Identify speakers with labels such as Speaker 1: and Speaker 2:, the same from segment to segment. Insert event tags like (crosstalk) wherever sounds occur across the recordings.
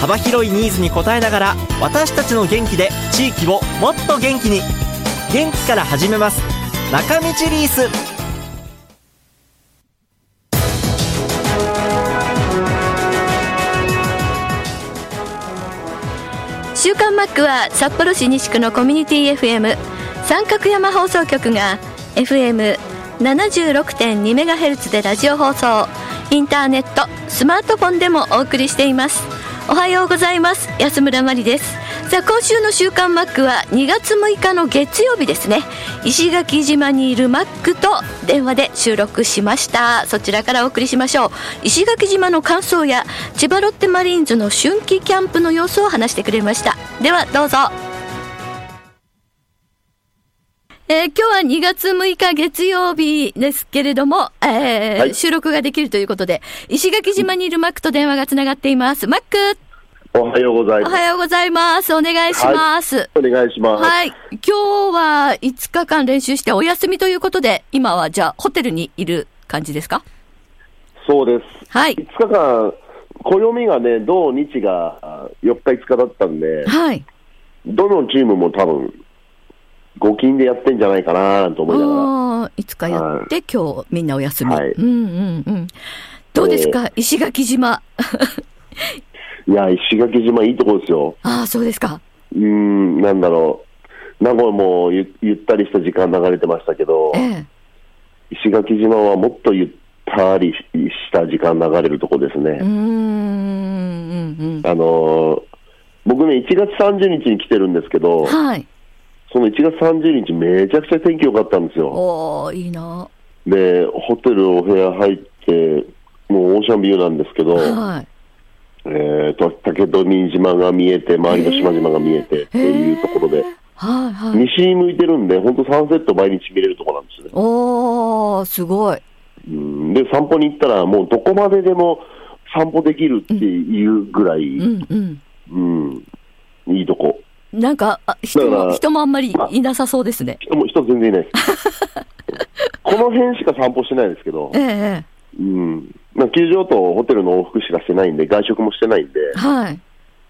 Speaker 1: 幅広いニーズに応えながら私たちの元気で地域をもっと元気に元気から始めます中道リース
Speaker 2: 週刊マックは札幌市西区のコミュニティ FM 三角山放送局が FM76.2MHz でラジオ放送インターネットスマートフォンでもお送りしていますおはようございます安村まりですさあ今週の週刊マックは2月6日の月曜日ですね石垣島にいるマックと電話で収録しましたそちらからお送りしましょう石垣島の感想や千葉ロッテマリーンズの春季キャンプの様子を話してくれましたではどうぞえー今日は2月6日月曜日ですけれども、えー
Speaker 3: はい
Speaker 2: 収録ができるということで、石垣島にいるマックと電話がつながっています。マック、
Speaker 3: おはようござ
Speaker 2: お
Speaker 3: います。
Speaker 2: はようございます。お願いします。
Speaker 3: お願いします。
Speaker 2: はい。今日は5日間練習してお休みということで、今はじゃあホテルにいる感じですか
Speaker 3: そうです。
Speaker 2: はい
Speaker 3: 5日間、暦がね、土日があ4日5日だったんで、
Speaker 2: はい。
Speaker 3: どのチームも多分、5金でやってんじゃないかなと思いながら。
Speaker 2: ああ、いつかやって、今日みんなお休み。
Speaker 3: はい
Speaker 2: うんうんうん。どうですか、石垣島。
Speaker 3: いや、石垣島いいとこですよ。
Speaker 2: ああ、そうですか。
Speaker 3: うーん、なんだろう。名古屋もゆゆったりした時間流れてましたけど
Speaker 2: え、え。
Speaker 3: 石垣島はもっとゆったりしした時間流れるとこですね。
Speaker 2: うーん、うん、
Speaker 3: あのー僕ね、1月30日に来てるんですけど、
Speaker 2: うん。はい。
Speaker 3: その1月30日、めちゃくちゃ天気良かったんですよ。
Speaker 2: おー、いいな。
Speaker 3: で、ホテル、お部屋入って、もうオーシャンビューなんですけど、
Speaker 2: はい。
Speaker 3: えーと竹富島が見えて、周りの島々が見えてっていうところで、
Speaker 2: はい、はい。
Speaker 3: 西に向いてるんで、本当、サンセット毎日見れるところなんですね。
Speaker 2: おー、すごい。
Speaker 3: うんで、散歩に行ったら、もうどこまででも散歩できるっていうぐらい、
Speaker 2: う
Speaker 3: うん
Speaker 2: ん、うん。
Speaker 3: いいとこ。
Speaker 2: なんか、あ人
Speaker 3: だか
Speaker 2: も、
Speaker 3: ら
Speaker 2: 人もあんまりいなさそうですね。
Speaker 3: 人も人全然いな
Speaker 2: (laughs)
Speaker 3: いです。この辺しか散歩してないですけど
Speaker 2: え、ええ
Speaker 3: うん、まあ球場とホテルの往復しかしてないんで、外食もしてないんで、
Speaker 2: え。はい。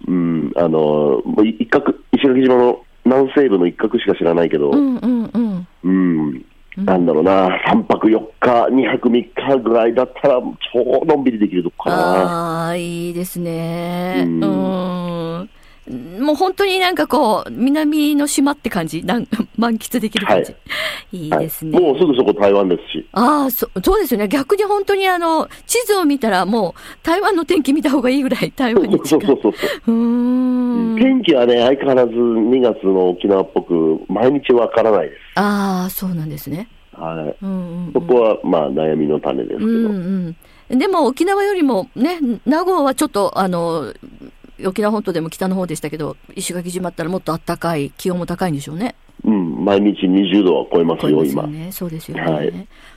Speaker 3: うん、あのもう一角、石垣島の南西部の一角しか知らないけど、
Speaker 2: う
Speaker 3: うん、
Speaker 2: ん、うん、うん。
Speaker 3: なんだろうな、3泊4日、2泊3日ぐらいだったら、超のんびりできるとこかな。
Speaker 2: ああ、いいですね。う。
Speaker 3: うんん
Speaker 2: もう本当になんかこう、南の島って感じなん、 (laughs) 満喫できる感じ。、
Speaker 3: はい
Speaker 2: い
Speaker 3: はい
Speaker 2: ですね。
Speaker 3: もうすぐそこ台湾ですし、
Speaker 2: ああ、そ、そうですよね。逆に本当にあの、地図を見たらもう、台湾の天気見た方がいいぐらい、台湾に近
Speaker 3: そう
Speaker 2: い。
Speaker 3: そうそう
Speaker 2: う
Speaker 3: そう、
Speaker 2: ーん。
Speaker 3: 天気はね、相変わらず2月の沖縄っぽく、毎日わからないで
Speaker 2: ああ、そうなんですね。
Speaker 3: す。はい
Speaker 2: うんうん、
Speaker 3: そこはまあ悩みの種ですけど、
Speaker 2: うんうん。でも沖縄よりもね、名護はちょっとあの、沖縄本島でも北の方でしたけど、石垣島ったらもっと暖かい、気温も高いんでしょうね。
Speaker 3: うん、毎日20度は超えます
Speaker 2: い
Speaker 3: よ、
Speaker 2: です
Speaker 3: 今
Speaker 2: よ。ね。そうですよね、
Speaker 3: はい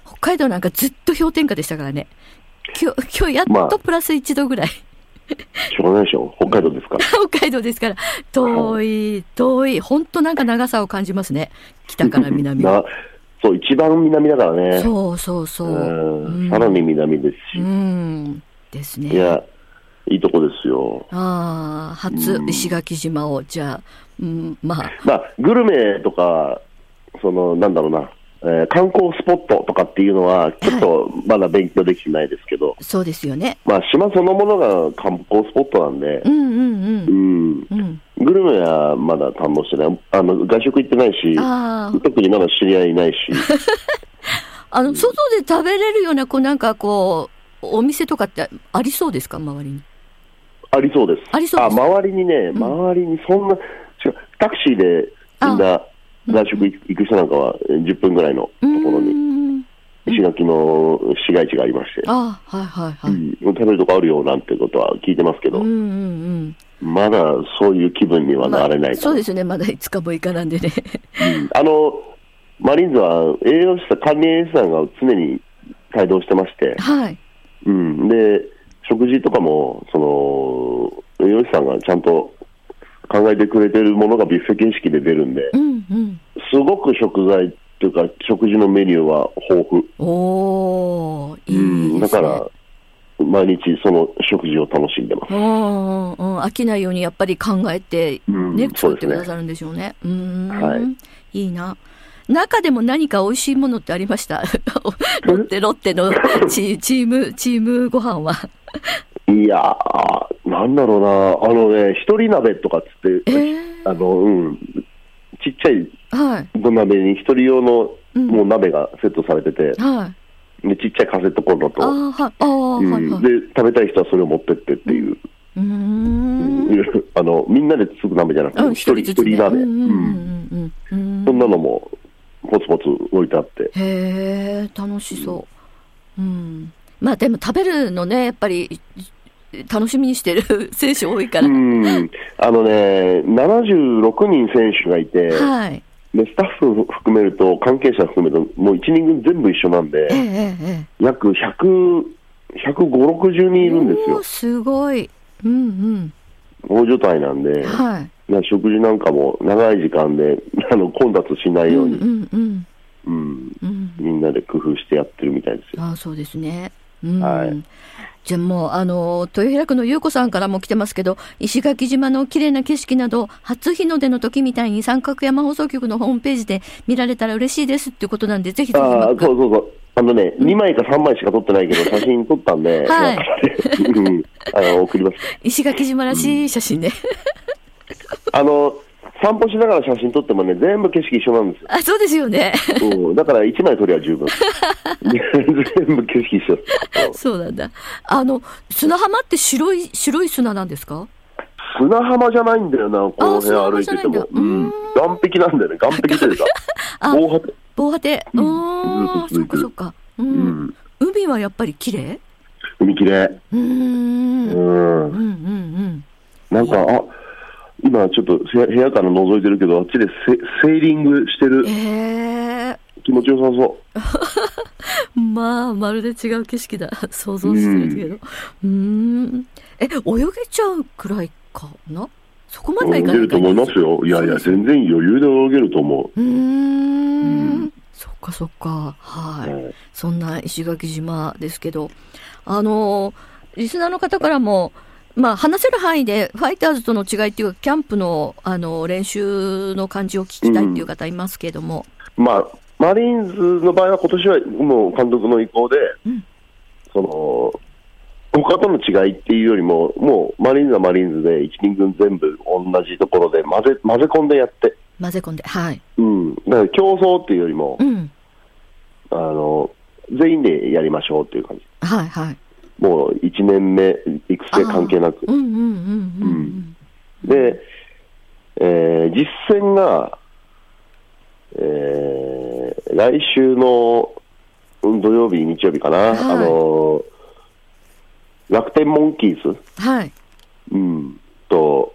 Speaker 2: 北海道なんかずっと氷点下でしたからね。今日、今日や
Speaker 3: ま
Speaker 2: っ
Speaker 3: あ
Speaker 2: とプラス1度ぐら
Speaker 3: (laughs)
Speaker 2: い。
Speaker 3: しょうがないでしょ、北海道ですから。
Speaker 2: 北海道ですから、遠い、遠い、本当なんか長さを感じますね。北から南は。
Speaker 3: なそう、一番南だからね。
Speaker 2: そうそうそう。
Speaker 3: うんさらに南です
Speaker 2: う
Speaker 3: し、
Speaker 2: ん。ですね。
Speaker 3: いや、いいとこですよ。
Speaker 2: ああ、初
Speaker 3: うん
Speaker 2: 石垣島を、じゃあ、うん、まあ、
Speaker 3: まあ、グルメとか、その、なんだろうな、えー観光スポットとかっていうのは、ちょっとまだ勉強できてないですけど、
Speaker 2: そうですよね。
Speaker 3: まあ、島そのものが観光スポットなんで
Speaker 2: う、んうん
Speaker 3: うん、
Speaker 2: うん。
Speaker 3: グルメはまだ堪能してない、あの外食行ってないし
Speaker 2: うん。、ああ、
Speaker 3: 特にまだ知り合いいないし、
Speaker 2: あの、外で食べれるような、こう、なんかこう、お店とかってありそうですか周りに。
Speaker 3: ありそうです。
Speaker 2: ありそうです
Speaker 3: 周りにね、周りにそんな、違うタクシーでみんな外食行く人なんかは、えー10分ぐらいのとこ
Speaker 2: う
Speaker 3: ろに、
Speaker 2: ーん。
Speaker 3: 石垣の市街地がありまして、
Speaker 2: ああ、はいはいは
Speaker 3: う
Speaker 2: い。
Speaker 3: ん食べるとこあるよなんてことは聞いてますけど、
Speaker 2: うんうんうん。
Speaker 3: まだそういう気分には
Speaker 2: ま
Speaker 3: な
Speaker 2: あ
Speaker 3: れないか
Speaker 2: そ
Speaker 3: な
Speaker 2: うですよね、まだ5日もいかなんで
Speaker 3: (laughs)
Speaker 2: ね。
Speaker 3: あの、マリーンズは栄養士さん、管理栄養士さんが常に帯同してまして、
Speaker 2: はい。
Speaker 3: うん、で、食事とかも、その、栄養士さんがちゃんと考えてくれてるものがビュッフェ形式で出るんで、
Speaker 2: うんうん。
Speaker 3: すごく食材っていうか、食事のメニューは豊富。
Speaker 2: おー、いいです、
Speaker 3: う
Speaker 2: ね
Speaker 3: ん、だから、毎日その食事を楽しんでます。
Speaker 2: うんうんうん、飽きないようにやっぱり考えて、
Speaker 3: うん
Speaker 2: ね、
Speaker 3: そ
Speaker 2: 作っ
Speaker 3: う
Speaker 2: て
Speaker 3: です
Speaker 2: く
Speaker 3: ね
Speaker 2: ださるんでしょうね。うーん、、
Speaker 3: はい
Speaker 2: いな。中でも何か美味しいものってありました
Speaker 3: (laughs)
Speaker 2: ロッテ、ロッテのチチーム、チームご飯は。
Speaker 3: いやー、なんだろうな、あのね、一人鍋とかっつっ
Speaker 2: え
Speaker 3: て、
Speaker 2: ー、
Speaker 3: あの、うん、ちっちゃい
Speaker 2: はい、
Speaker 3: 土鍋に一人用の
Speaker 2: うん
Speaker 3: もう鍋がセットされてて、
Speaker 2: はい。
Speaker 3: でちっちゃいカセットコンロ
Speaker 2: あ
Speaker 3: と、
Speaker 2: ーはい、あー、
Speaker 3: うん
Speaker 2: はい、はい。
Speaker 3: で食べたい人はそれを持ってってっていう、
Speaker 2: うーん。
Speaker 3: (laughs) あのみんなでつく鍋じゃなくて、
Speaker 2: うん
Speaker 3: 一人一人
Speaker 2: ね
Speaker 3: 鍋、
Speaker 2: うんうん
Speaker 3: う
Speaker 2: うん
Speaker 3: ん
Speaker 2: うんうん
Speaker 3: そんなのもポツポツ置いてあって、
Speaker 2: へえ、楽しそう。うん。まあでも食べるのね、やっぱり、楽しみにしてる (laughs) 選手多いから。
Speaker 3: うん、あのね、76人選手がいて、
Speaker 2: はい。
Speaker 3: でスタッフ含めると、関係者含めると、もう1人分全部一緒なんで
Speaker 2: ええ、えええ
Speaker 3: 約100、150、60人
Speaker 2: え。
Speaker 3: いるんです
Speaker 2: おー
Speaker 3: よ、
Speaker 2: すごい。うん
Speaker 3: 大所帯なん
Speaker 2: う
Speaker 3: で
Speaker 2: ん。。はい。
Speaker 3: な食事なんかも長い時間で (laughs) あの混雑しないよう
Speaker 2: うん
Speaker 3: に、
Speaker 2: うんうん
Speaker 3: うん
Speaker 2: うん。
Speaker 3: みんなで工夫してやってるみたいですよ。
Speaker 2: ああ、そうですね。うん。
Speaker 3: はい
Speaker 2: じゃあもう、あの、豊平区の優子さんからも来てますけど、石垣島の綺麗な景色など、初日の出の時みたいに三角山放送局のホームページで見られたら嬉しいですっていうことなんで、ぜひぜひま
Speaker 3: ああ
Speaker 2: た。
Speaker 3: ー、そうそうそう。あのね、2枚か3枚しか撮ってないけど、写真撮ったんで、
Speaker 2: はい
Speaker 3: なんかね (laughs) うんあの送ります。
Speaker 2: 石垣島らしい写真ね。
Speaker 3: あの、散歩しながら写真撮ってもね、全部景色一緒なんです
Speaker 2: (laughs)
Speaker 3: よ。
Speaker 2: あ、そうですよね。
Speaker 3: うん、だから1枚撮りゃ十
Speaker 2: (laughs)
Speaker 3: 分。全部景色一緒。
Speaker 2: そうなんだ。あの、砂浜って白い、白い砂なんですか
Speaker 3: 砂浜じゃないんだよな、この辺
Speaker 2: あー
Speaker 3: 歩いてて
Speaker 2: 砂
Speaker 3: も
Speaker 2: 浜。じゃ
Speaker 3: う
Speaker 2: ないん
Speaker 3: ん、岸壁なんだよね、岸壁というか。
Speaker 2: あ
Speaker 3: 防波堤
Speaker 2: 防波堤。う
Speaker 3: うん
Speaker 2: ーん、
Speaker 3: ず
Speaker 2: そっ
Speaker 3: っ
Speaker 2: か
Speaker 3: と
Speaker 2: そ
Speaker 3: 続
Speaker 2: っ
Speaker 3: い
Speaker 2: か。う。
Speaker 3: うんん、
Speaker 2: 海はやっぱり綺麗
Speaker 3: 海綺麗。
Speaker 2: うーん。うん
Speaker 3: うん
Speaker 2: うんうん。
Speaker 3: なんか、あ今ちょっと部屋部屋から覗いてるけど、あっちでセセーリングしてる
Speaker 2: え、え
Speaker 3: 気持ちよさそ
Speaker 2: まあ、まるで違う景色だ。想像してるけど。うーん。え、泳げちゃうくらいかなそこまで
Speaker 3: う、
Speaker 2: は
Speaker 3: 泳
Speaker 2: い
Speaker 3: げ
Speaker 2: かない
Speaker 3: ると思いますよ、いやいや、全然余裕で泳げると思
Speaker 2: うー
Speaker 3: うんん。
Speaker 2: そっかそっか。は
Speaker 3: う、
Speaker 2: い。
Speaker 3: はい
Speaker 2: そんな石垣島ですけど、あの、リスナーの方からも、まあ、話せる範囲で、ファイターズとの違いっていうか、キャンプの、あの、練習の感じを聞きたいっていう方いますけども。
Speaker 3: まあ、マリーンズの場合は、今年はもう監督の意向で、
Speaker 2: うん
Speaker 3: その他との違いっていうよりも、もうマリーンズはマリーンズで、1人分全部同じところで混ぜ混ぜ込んでやって、
Speaker 2: 混ぜ込んで。はい。
Speaker 3: うん、だから競争っていうよりも
Speaker 2: う、ん。
Speaker 3: あの全員でやりましょうっていう感じ。
Speaker 2: はい、はい。
Speaker 3: もう1年目、育成関係なく
Speaker 2: う。んうんうんうんうん。
Speaker 3: で、えー実戦が、えー来週のうん土曜日、日曜日かな、
Speaker 2: い
Speaker 3: あのー楽天モンキーズ、
Speaker 2: はい。
Speaker 3: うん、と、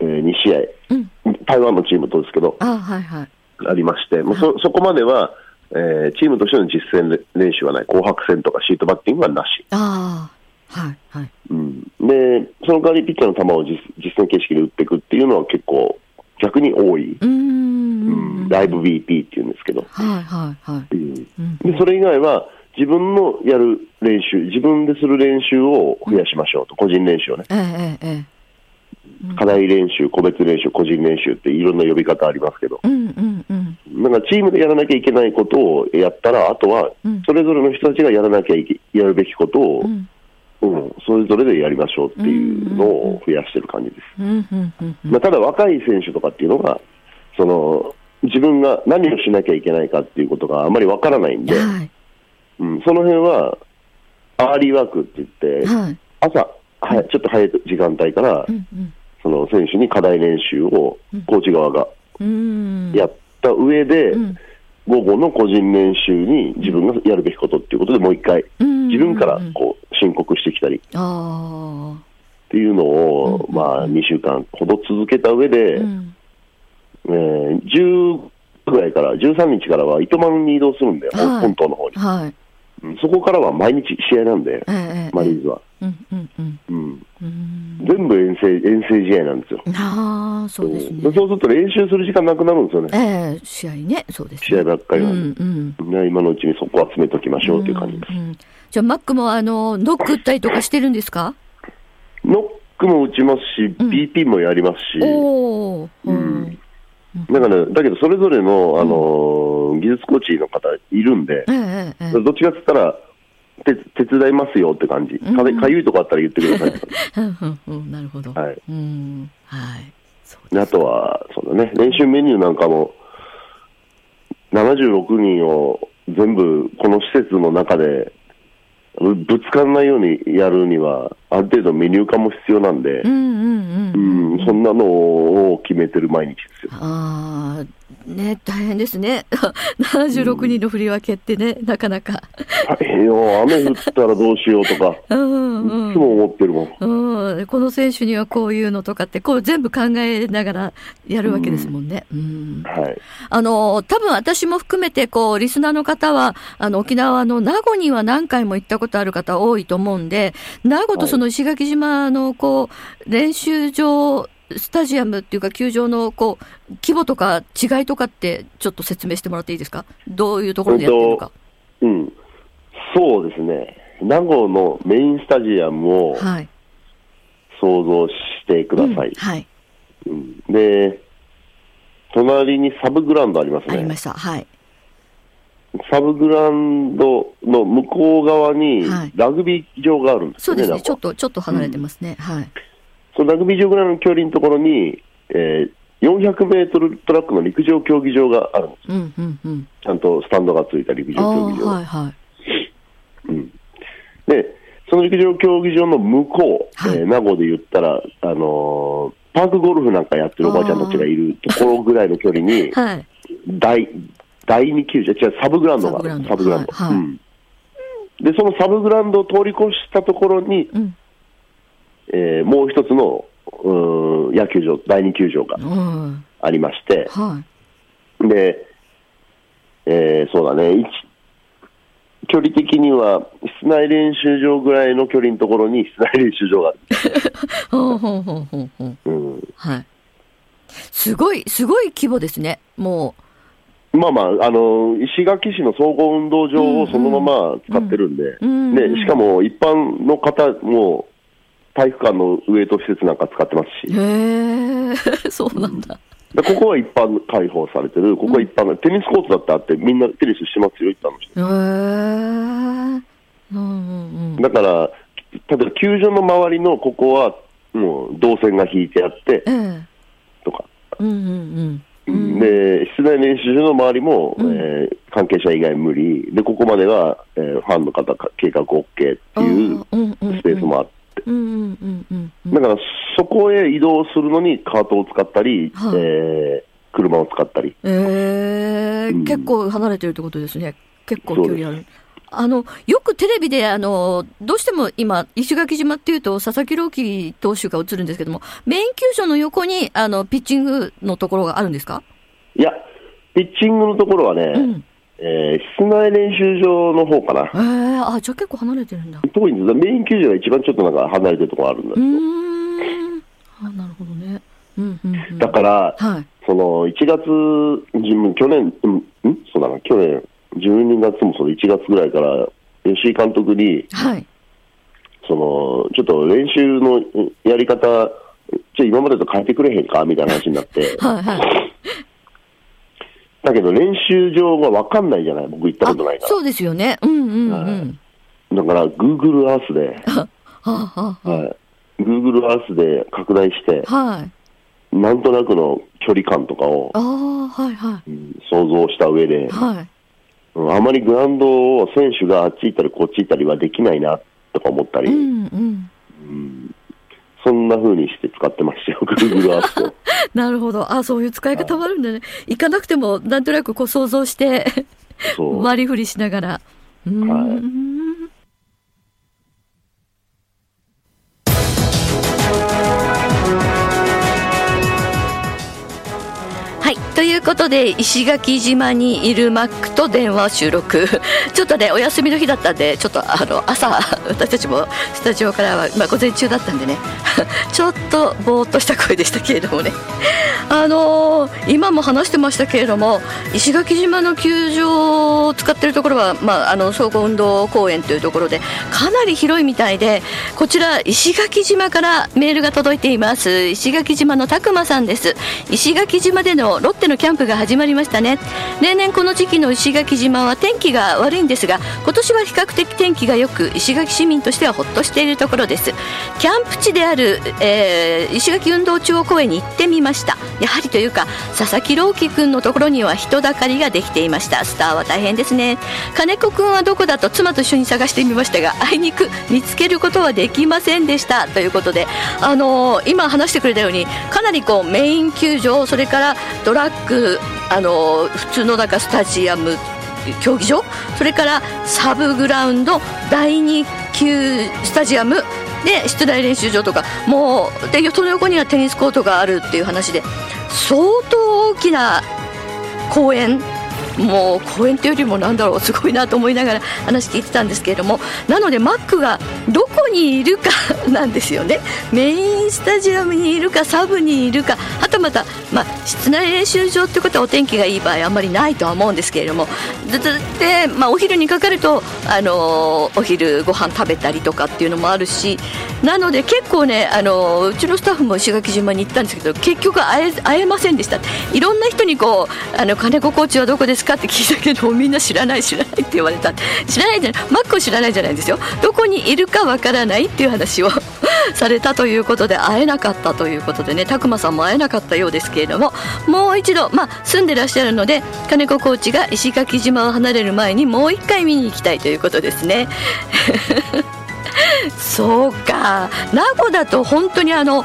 Speaker 3: え2試
Speaker 2: うん。
Speaker 3: 合、台湾のチームとですけど、
Speaker 2: あはいはい。
Speaker 3: ありまして、もうそそこまでは、えーチームとしての実戦れ練習はない、紅白戦とかシートバッティングはなし。
Speaker 2: ああ、はいはい。
Speaker 3: うん、で、その代わりピッチャーの球を実実戦形式で打っていくっていうのは結構、逆に多い、
Speaker 2: うーん。
Speaker 3: うん、ライブ BP っていうんですけど、
Speaker 2: はいはいはい。
Speaker 3: うんで
Speaker 2: うん
Speaker 3: それ以外は自分のやる練習、自分でする練習を増やしましょうと、個人練習をね、
Speaker 2: えええええ
Speaker 3: 課題練習、個別練習、個人練習っていろんな呼び方ありますけど、
Speaker 2: え。うんうんうん。
Speaker 3: なんかチームでやらなきゃいけないことをやったら、あとは
Speaker 2: うん
Speaker 3: それぞれの人たちがやらなきゃいけやるべきことを、
Speaker 2: うん
Speaker 3: うん、それぞれでやりましょうっていうのを増やしてる感じで
Speaker 2: う
Speaker 3: す。
Speaker 2: んうんうんうん。
Speaker 3: まあ、ただ若い選手とかっていうのが、その自分が何をしなきゃいけないかっていうことがあまりわからないんで、
Speaker 2: はい
Speaker 3: うん、その辺はアーリーワークって言って、
Speaker 2: はい。
Speaker 3: 朝はちょっと早い時間帯から、
Speaker 2: うんうん。
Speaker 3: その選手に課題練習をコーチ側が
Speaker 2: うーん。
Speaker 3: やった上で、
Speaker 2: うん
Speaker 3: 午後の個人練習に自分がやるべきことっていうことでもう一回、
Speaker 2: うん
Speaker 3: 自分から
Speaker 2: うん
Speaker 3: こう申告してきたりっ
Speaker 2: ああ。
Speaker 3: っていうのを、まあ、2週間ほど続けた上で、
Speaker 2: うん
Speaker 3: えー10ぐらいから、13日からは糸満に移動するんで、よ
Speaker 2: はい
Speaker 3: 本島の方に、
Speaker 2: はい。
Speaker 3: うんそこからは毎日試合なんで
Speaker 2: え、え
Speaker 3: マリーンズは。
Speaker 2: うんうんうん
Speaker 3: うん、
Speaker 2: うん。
Speaker 3: 全部遠征遠征試合なんですよ。
Speaker 2: ああ、そうですね。
Speaker 3: そうすると練習する時間なくなるんですよね、
Speaker 2: ええ試合ね、そうですね。
Speaker 3: 試合ばっかり
Speaker 2: う
Speaker 3: なんで。
Speaker 2: んうん。
Speaker 3: ね今のうちにそこ集めときましょうっていう感じです。
Speaker 2: うんじゃあ、マックも、あの、ノック打ったりとかしてるんですか
Speaker 3: ノックも打ちますし、
Speaker 2: ん
Speaker 3: BP もやりますし、
Speaker 2: おお。う
Speaker 3: うん。だから、だけどそれぞれの、あのー技術コーチの方いるんで、
Speaker 2: ええええ。
Speaker 3: どっちかっつったら、手手伝いますよって感じ、かでかゆいとこあったら言ってくださいって感
Speaker 2: う
Speaker 3: じ、
Speaker 2: ん (laughs) うんうんなるほど。
Speaker 3: はい
Speaker 2: うん。はい。そう
Speaker 3: であとはそうだ、ね、練習メニューなんかも、76人を全部、この施設の中でぶぶつかんないようにやるには、ある程度メニュー化も必要なんで
Speaker 2: う、んうんう。
Speaker 3: うんん、そんなのを決めてる毎日ですよ。
Speaker 2: ああ、ね、大変ですね。76人の振り分けってね、なかなか。
Speaker 3: 大変よ、雨降ったらどうしようとか、
Speaker 2: うんう
Speaker 3: い
Speaker 2: ん
Speaker 3: つ。も思ってるもん。
Speaker 2: うん、この選手にはこういうのとかって、こう全部考えながらやるわけですもんね。うん。
Speaker 3: はい
Speaker 2: あの、多分私も含めて、こう、リスナーの方は、あの、沖縄の名護には何回も行ったことある方多いと思うんで、名護とその石垣島の、こう、練習場、スタジアムっていうか、球場の、こう、規模とか違いとかって、ちょっと説明してもらっていいですかどういうところでやってるのか。
Speaker 3: うん、そうですね、名護のメインスタジアムを
Speaker 2: はい。
Speaker 3: 想像してください
Speaker 2: うん。はい。
Speaker 3: うんで、隣にサブグラウンドあります
Speaker 2: ありま
Speaker 3: ね。
Speaker 2: した。はい。
Speaker 3: サブグラウンドの向こう側に
Speaker 2: はい
Speaker 3: ラグビー場があるんです
Speaker 2: そう
Speaker 3: よ
Speaker 2: で
Speaker 3: ね、
Speaker 2: す
Speaker 3: 名
Speaker 2: ね。
Speaker 3: 護
Speaker 2: ちょっと、ちょっと離れてますね。はい。
Speaker 3: そのラグビー場ぐらいの距離のところに、えー400メートルトラックの陸上競技場があるんです。
Speaker 2: うん、うん、うん。
Speaker 3: ちゃんとスタンドがついた陸上
Speaker 2: ああ、
Speaker 3: 競技場。
Speaker 2: はい、はい。
Speaker 3: で、その陸上競技場の向こう、
Speaker 2: はい、
Speaker 3: えー名護で言ったら、あのーパークゴルフなんかやってるおばあちゃんたちがいるところぐらいの距離に
Speaker 2: はい。
Speaker 3: 第第2球場、違う、サブグラウンドがある、
Speaker 2: サブ
Speaker 3: サブ
Speaker 2: グ
Speaker 3: グ
Speaker 2: ラウ
Speaker 3: ラウ
Speaker 2: ン
Speaker 3: ン
Speaker 2: ド
Speaker 3: ド。
Speaker 2: はい
Speaker 3: うんで、そのサブグラウンドを通り越したところに、
Speaker 2: うん。
Speaker 3: えーもう一つのうーん野球場、第2球場が
Speaker 2: うん。
Speaker 3: ありまして、
Speaker 2: はい。
Speaker 3: で、えーそうだね、一距離的には室内練習場ぐらいの距離のところに室内練習場がある。
Speaker 2: ほうほうほうほうほう。
Speaker 3: うん
Speaker 2: はい。すごい、すごい規模ですね。も
Speaker 3: まあまあ、あの石垣市の総合運動場をそのまま使ってるんで、
Speaker 2: うんうんうん
Speaker 3: でしかも一般の方も体育館のウエイト施設なんか使ってます
Speaker 2: う。
Speaker 3: し、
Speaker 2: へえ、 (laughs) そうなんだ。
Speaker 3: でここは一般開放されてる、ここは一般の、テニスコートだってあって、みんなテニスしてますよ、一般の人。
Speaker 2: へえ。うんうんうん。
Speaker 3: だから、例えば球場の周りのここはもう動線が引いてあって
Speaker 2: ええ。
Speaker 3: とか、
Speaker 2: うんうんうん。
Speaker 3: で室内練習場の周りも、
Speaker 2: うん
Speaker 3: えー関係者以外無理、でここまでは、えーファンの方か計画 OK っていう
Speaker 2: あーうんうんうん
Speaker 3: スペースもあって。
Speaker 2: うんうんうんうんうん。
Speaker 3: だからそこへ移動するのにカートを使ったり、
Speaker 2: はい
Speaker 3: えー車を使ったり、
Speaker 2: ええ
Speaker 3: うん
Speaker 2: 結構離れてるってことですね。結構距離ある。あの、よくテレビで、あの、どうしても今、石垣島っていうと、佐々木朗希投手が映るんですけども、メイン球場の横に、あの、ピッチングのところがあるんですか
Speaker 3: いや、ピッチングのところはね、
Speaker 2: うん。
Speaker 3: えー室内練習場の方かな
Speaker 2: ええ、あ、じゃあ結構離れてるんだ。
Speaker 3: 遠いんですメイン球場が一番ちょっとなんか離れてるところあるんだ
Speaker 2: う、ーん。あ、なるほどね。うん、うん、うん。
Speaker 3: だから、
Speaker 2: はい。
Speaker 3: その1月、じ去年、うん、んそうだな、去年、12月もその1月ぐらいから、吉井監督に、
Speaker 2: はい。
Speaker 3: そのちょっと練習のうんやり方、ちょ今までと変えてくれへんかみたいな話に
Speaker 2: (laughs)
Speaker 3: なって。
Speaker 2: はい、はい。
Speaker 3: だけど練習場が分かんないじゃない、僕行った
Speaker 2: あ
Speaker 3: ことない、か
Speaker 2: そうですよね。うん、うん、う
Speaker 3: はい
Speaker 2: ん。
Speaker 3: ら。だから、Google Earth で、
Speaker 2: はあ、はあ、
Speaker 3: はい、Google Earth で拡大して、
Speaker 2: はい。
Speaker 3: なんとなくの距離感とかを
Speaker 2: ああ、はい、は
Speaker 3: うん想像した上で
Speaker 2: い。、はい。
Speaker 3: うんあまりグラウンドを選手があっち行ったりこっち行ったりはできないなとか思ったり、
Speaker 2: うん、うん。
Speaker 3: そんな風にして使ってましたよ、Google
Speaker 2: (laughs)
Speaker 3: Earth を。
Speaker 2: なるほど。あ、そういう使い方もあるんだね。行かなくても、なんとなくこう想像して、
Speaker 3: そ
Speaker 2: (laughs)
Speaker 3: う
Speaker 2: 割り振りしながら。うーん。いうことで石垣島にいるマックと電話収録 (laughs) ちょっとねお休みの日だったんでちょっとあの朝私たちもスタジオからは、まあ、午前中だったんでね (laughs) ちょっとぼーっとした声でしたけれどもね (laughs) あのー今も話してましたけれども石垣島の球場を使ってるところは、まあ、あの総合運動公園というところでかなり広いみたいでこちら石垣島からメールが届いています石垣島のたくまさんです石垣島でのロッテのキャンプが始まりましたね例年この時期の石垣島は天気が悪いんですが今年は比較的天気が良く石垣市民としてはほっとしているところですキャンプ地である、えー石垣運動中央公園に行ってみましたやはりというか佐々木朗希君のところには人だかりができていましたスターは大変ですね金子君はどこだと妻と一緒に探してみましたがあいにく見つけることはできませんでしたということで、あのー今話してくれたようにかなりこうメイン球場それからドラッグ、あのー普通のなんかスタジアム競技場それからサブグラウンド第2級スタジアムで室内練習場とかもうでその横にはテニスコートがあるっていう話で相当大きな公園もう公園というよりもなんだろうすごいなと思いながら話聞いてたんですけれどもなのでマックがどこにいるか (laughs) なんですよねメインスタジアムにいるかサブにいるかはたまた、まあ、室内練習場ってことはお天気がいい場合あんまりないとは思うんですけれどもずずで、まあ、お昼にかかると、あのーお昼ご飯食べたりとかっていうのもあるしなので結構ね、あのーうちのスタッフも石垣島に行ったんですけど結局会え会えませんでしたいろんな人にこうあの金子コーチはどこですかって聞いたけどみんな知らない知らないって言われた知らないじゃないマックを知らないじゃないんですよどこにいるかわからないっていう話を (laughs) されたということで会えなかったということでね拓磨さんも会えなかったようですけれどももう一度、まあ、住んでらっしゃるので金子コーチが石垣島を離れる前にもう一回見に行きたいということですね。そうか名護だと本当にあの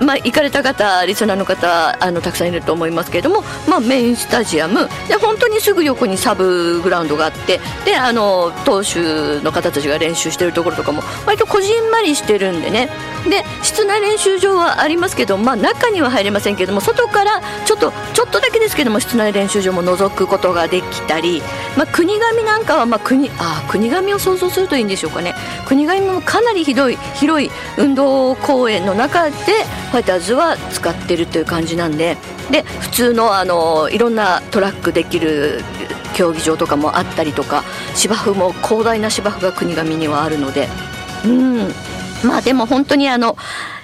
Speaker 2: まあ、行かれた方リスナーの方あのたくさんいると思いますけれども、まあ、メインスタジアムで本当にすぐ横にサブグラウンドがあってであの投手の方たちが練習してるところとかも割とこじんまりしてるんでねで室内練習場はありますけど、まあ、中には入れませんけども外からちょっとちょっとだけですけども室内練習場も覗くことができたり、まあ、国神なんかは、まあ、国あー国神を想像するといいんでしょうかね国神もかなりひどい広い運動公園の中でファイターズは使ってるという感じなんでで普通のあのいろんなトラックできる競技場とかもあったりとか芝生も広大な芝生が国神にはあるので。うんまあでも本当にあの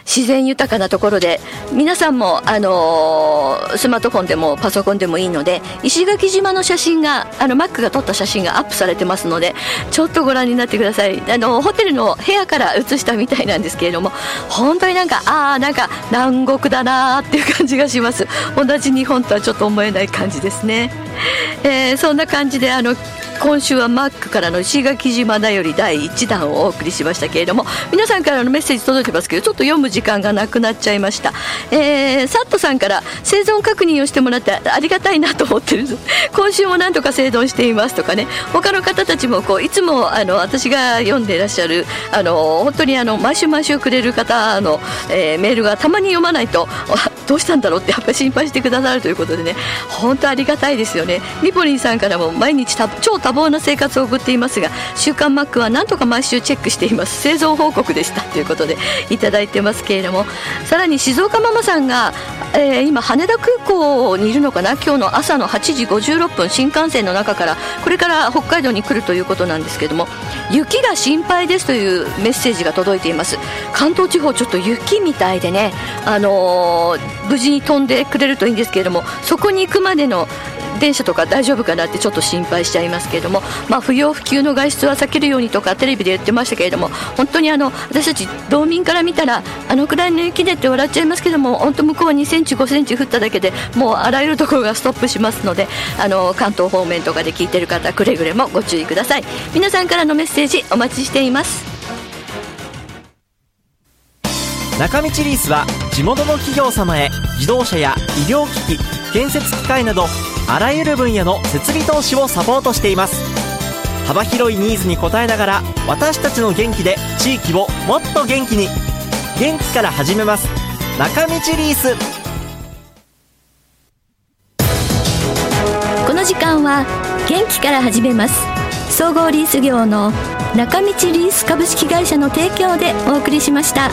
Speaker 2: 自然豊かなところで皆さんもあのースマートフォンでもパソコンでもいいので石垣島の写真があのマックが撮った写真がアップされてますのでちょっとご覧になってくださいあのホテルの部屋から写したみたいなんですけれども本当になんかああなんか南国だなーっていう感じがします同じ日本とはちょっと思えない感じですね、えーそんな感じであの今週はマックからの石垣島だより第1弾をお送りしましたけれども皆さんからのメッセージ届いてますけどちょっと読む時間がなくなっちゃいました、えー、サットさんから生存確認をしてもらってありがたいなと思ってる今週もなんとか生存していますとかね他の方たちもこういつもあの私が読んでいらっしゃるあの本当にあの毎週毎週くれる方の、えーメールがたまに読まないとあどうしたんだろうってやっぱり心配してくださるということでね本当ありがたいですよねニポリンさんからも毎日た超多忙な生活を送っていますが「週刊マック」はなんとか毎週チェックしています製造報告でしたということでいただいてますけれどもさらに静岡ママさんが、えー今羽田空港にいるのかな今日の朝の8時56分新幹線の中からこれから北海道に来るということなんですけども雪が心配ですというメッセージが届いています関東地方ちょっと雪みたいでね、あのー無事に飛んでくれるといいんですけれどもそこに行くまでの電車とか大丈夫かなってちょっと心配しちゃいますけれども、まあ、不要不急の外出は避けるようにとかテレビで言ってましたけれども本当にあの私たち道民から見たらあのくらいの雪でって笑っちゃいますけども本当向こう2センチ5センチ降っただけでもうあらゆるところがストップしますのであの関東方面とかで聞いてる方くれぐれもご注意ください皆さんからのメッセージお待ちしています
Speaker 1: 中道リースは地元の企業様へ自動車や医療機器建設機械などあらゆる分野の設備投資をサポートしています幅広いニーズに応えながら私たちの元気で地域をもっと元気に元気から始めます中道リース
Speaker 2: の時間は元気から始めます総合リース業の中道リース株式会社の提供でお送りしました。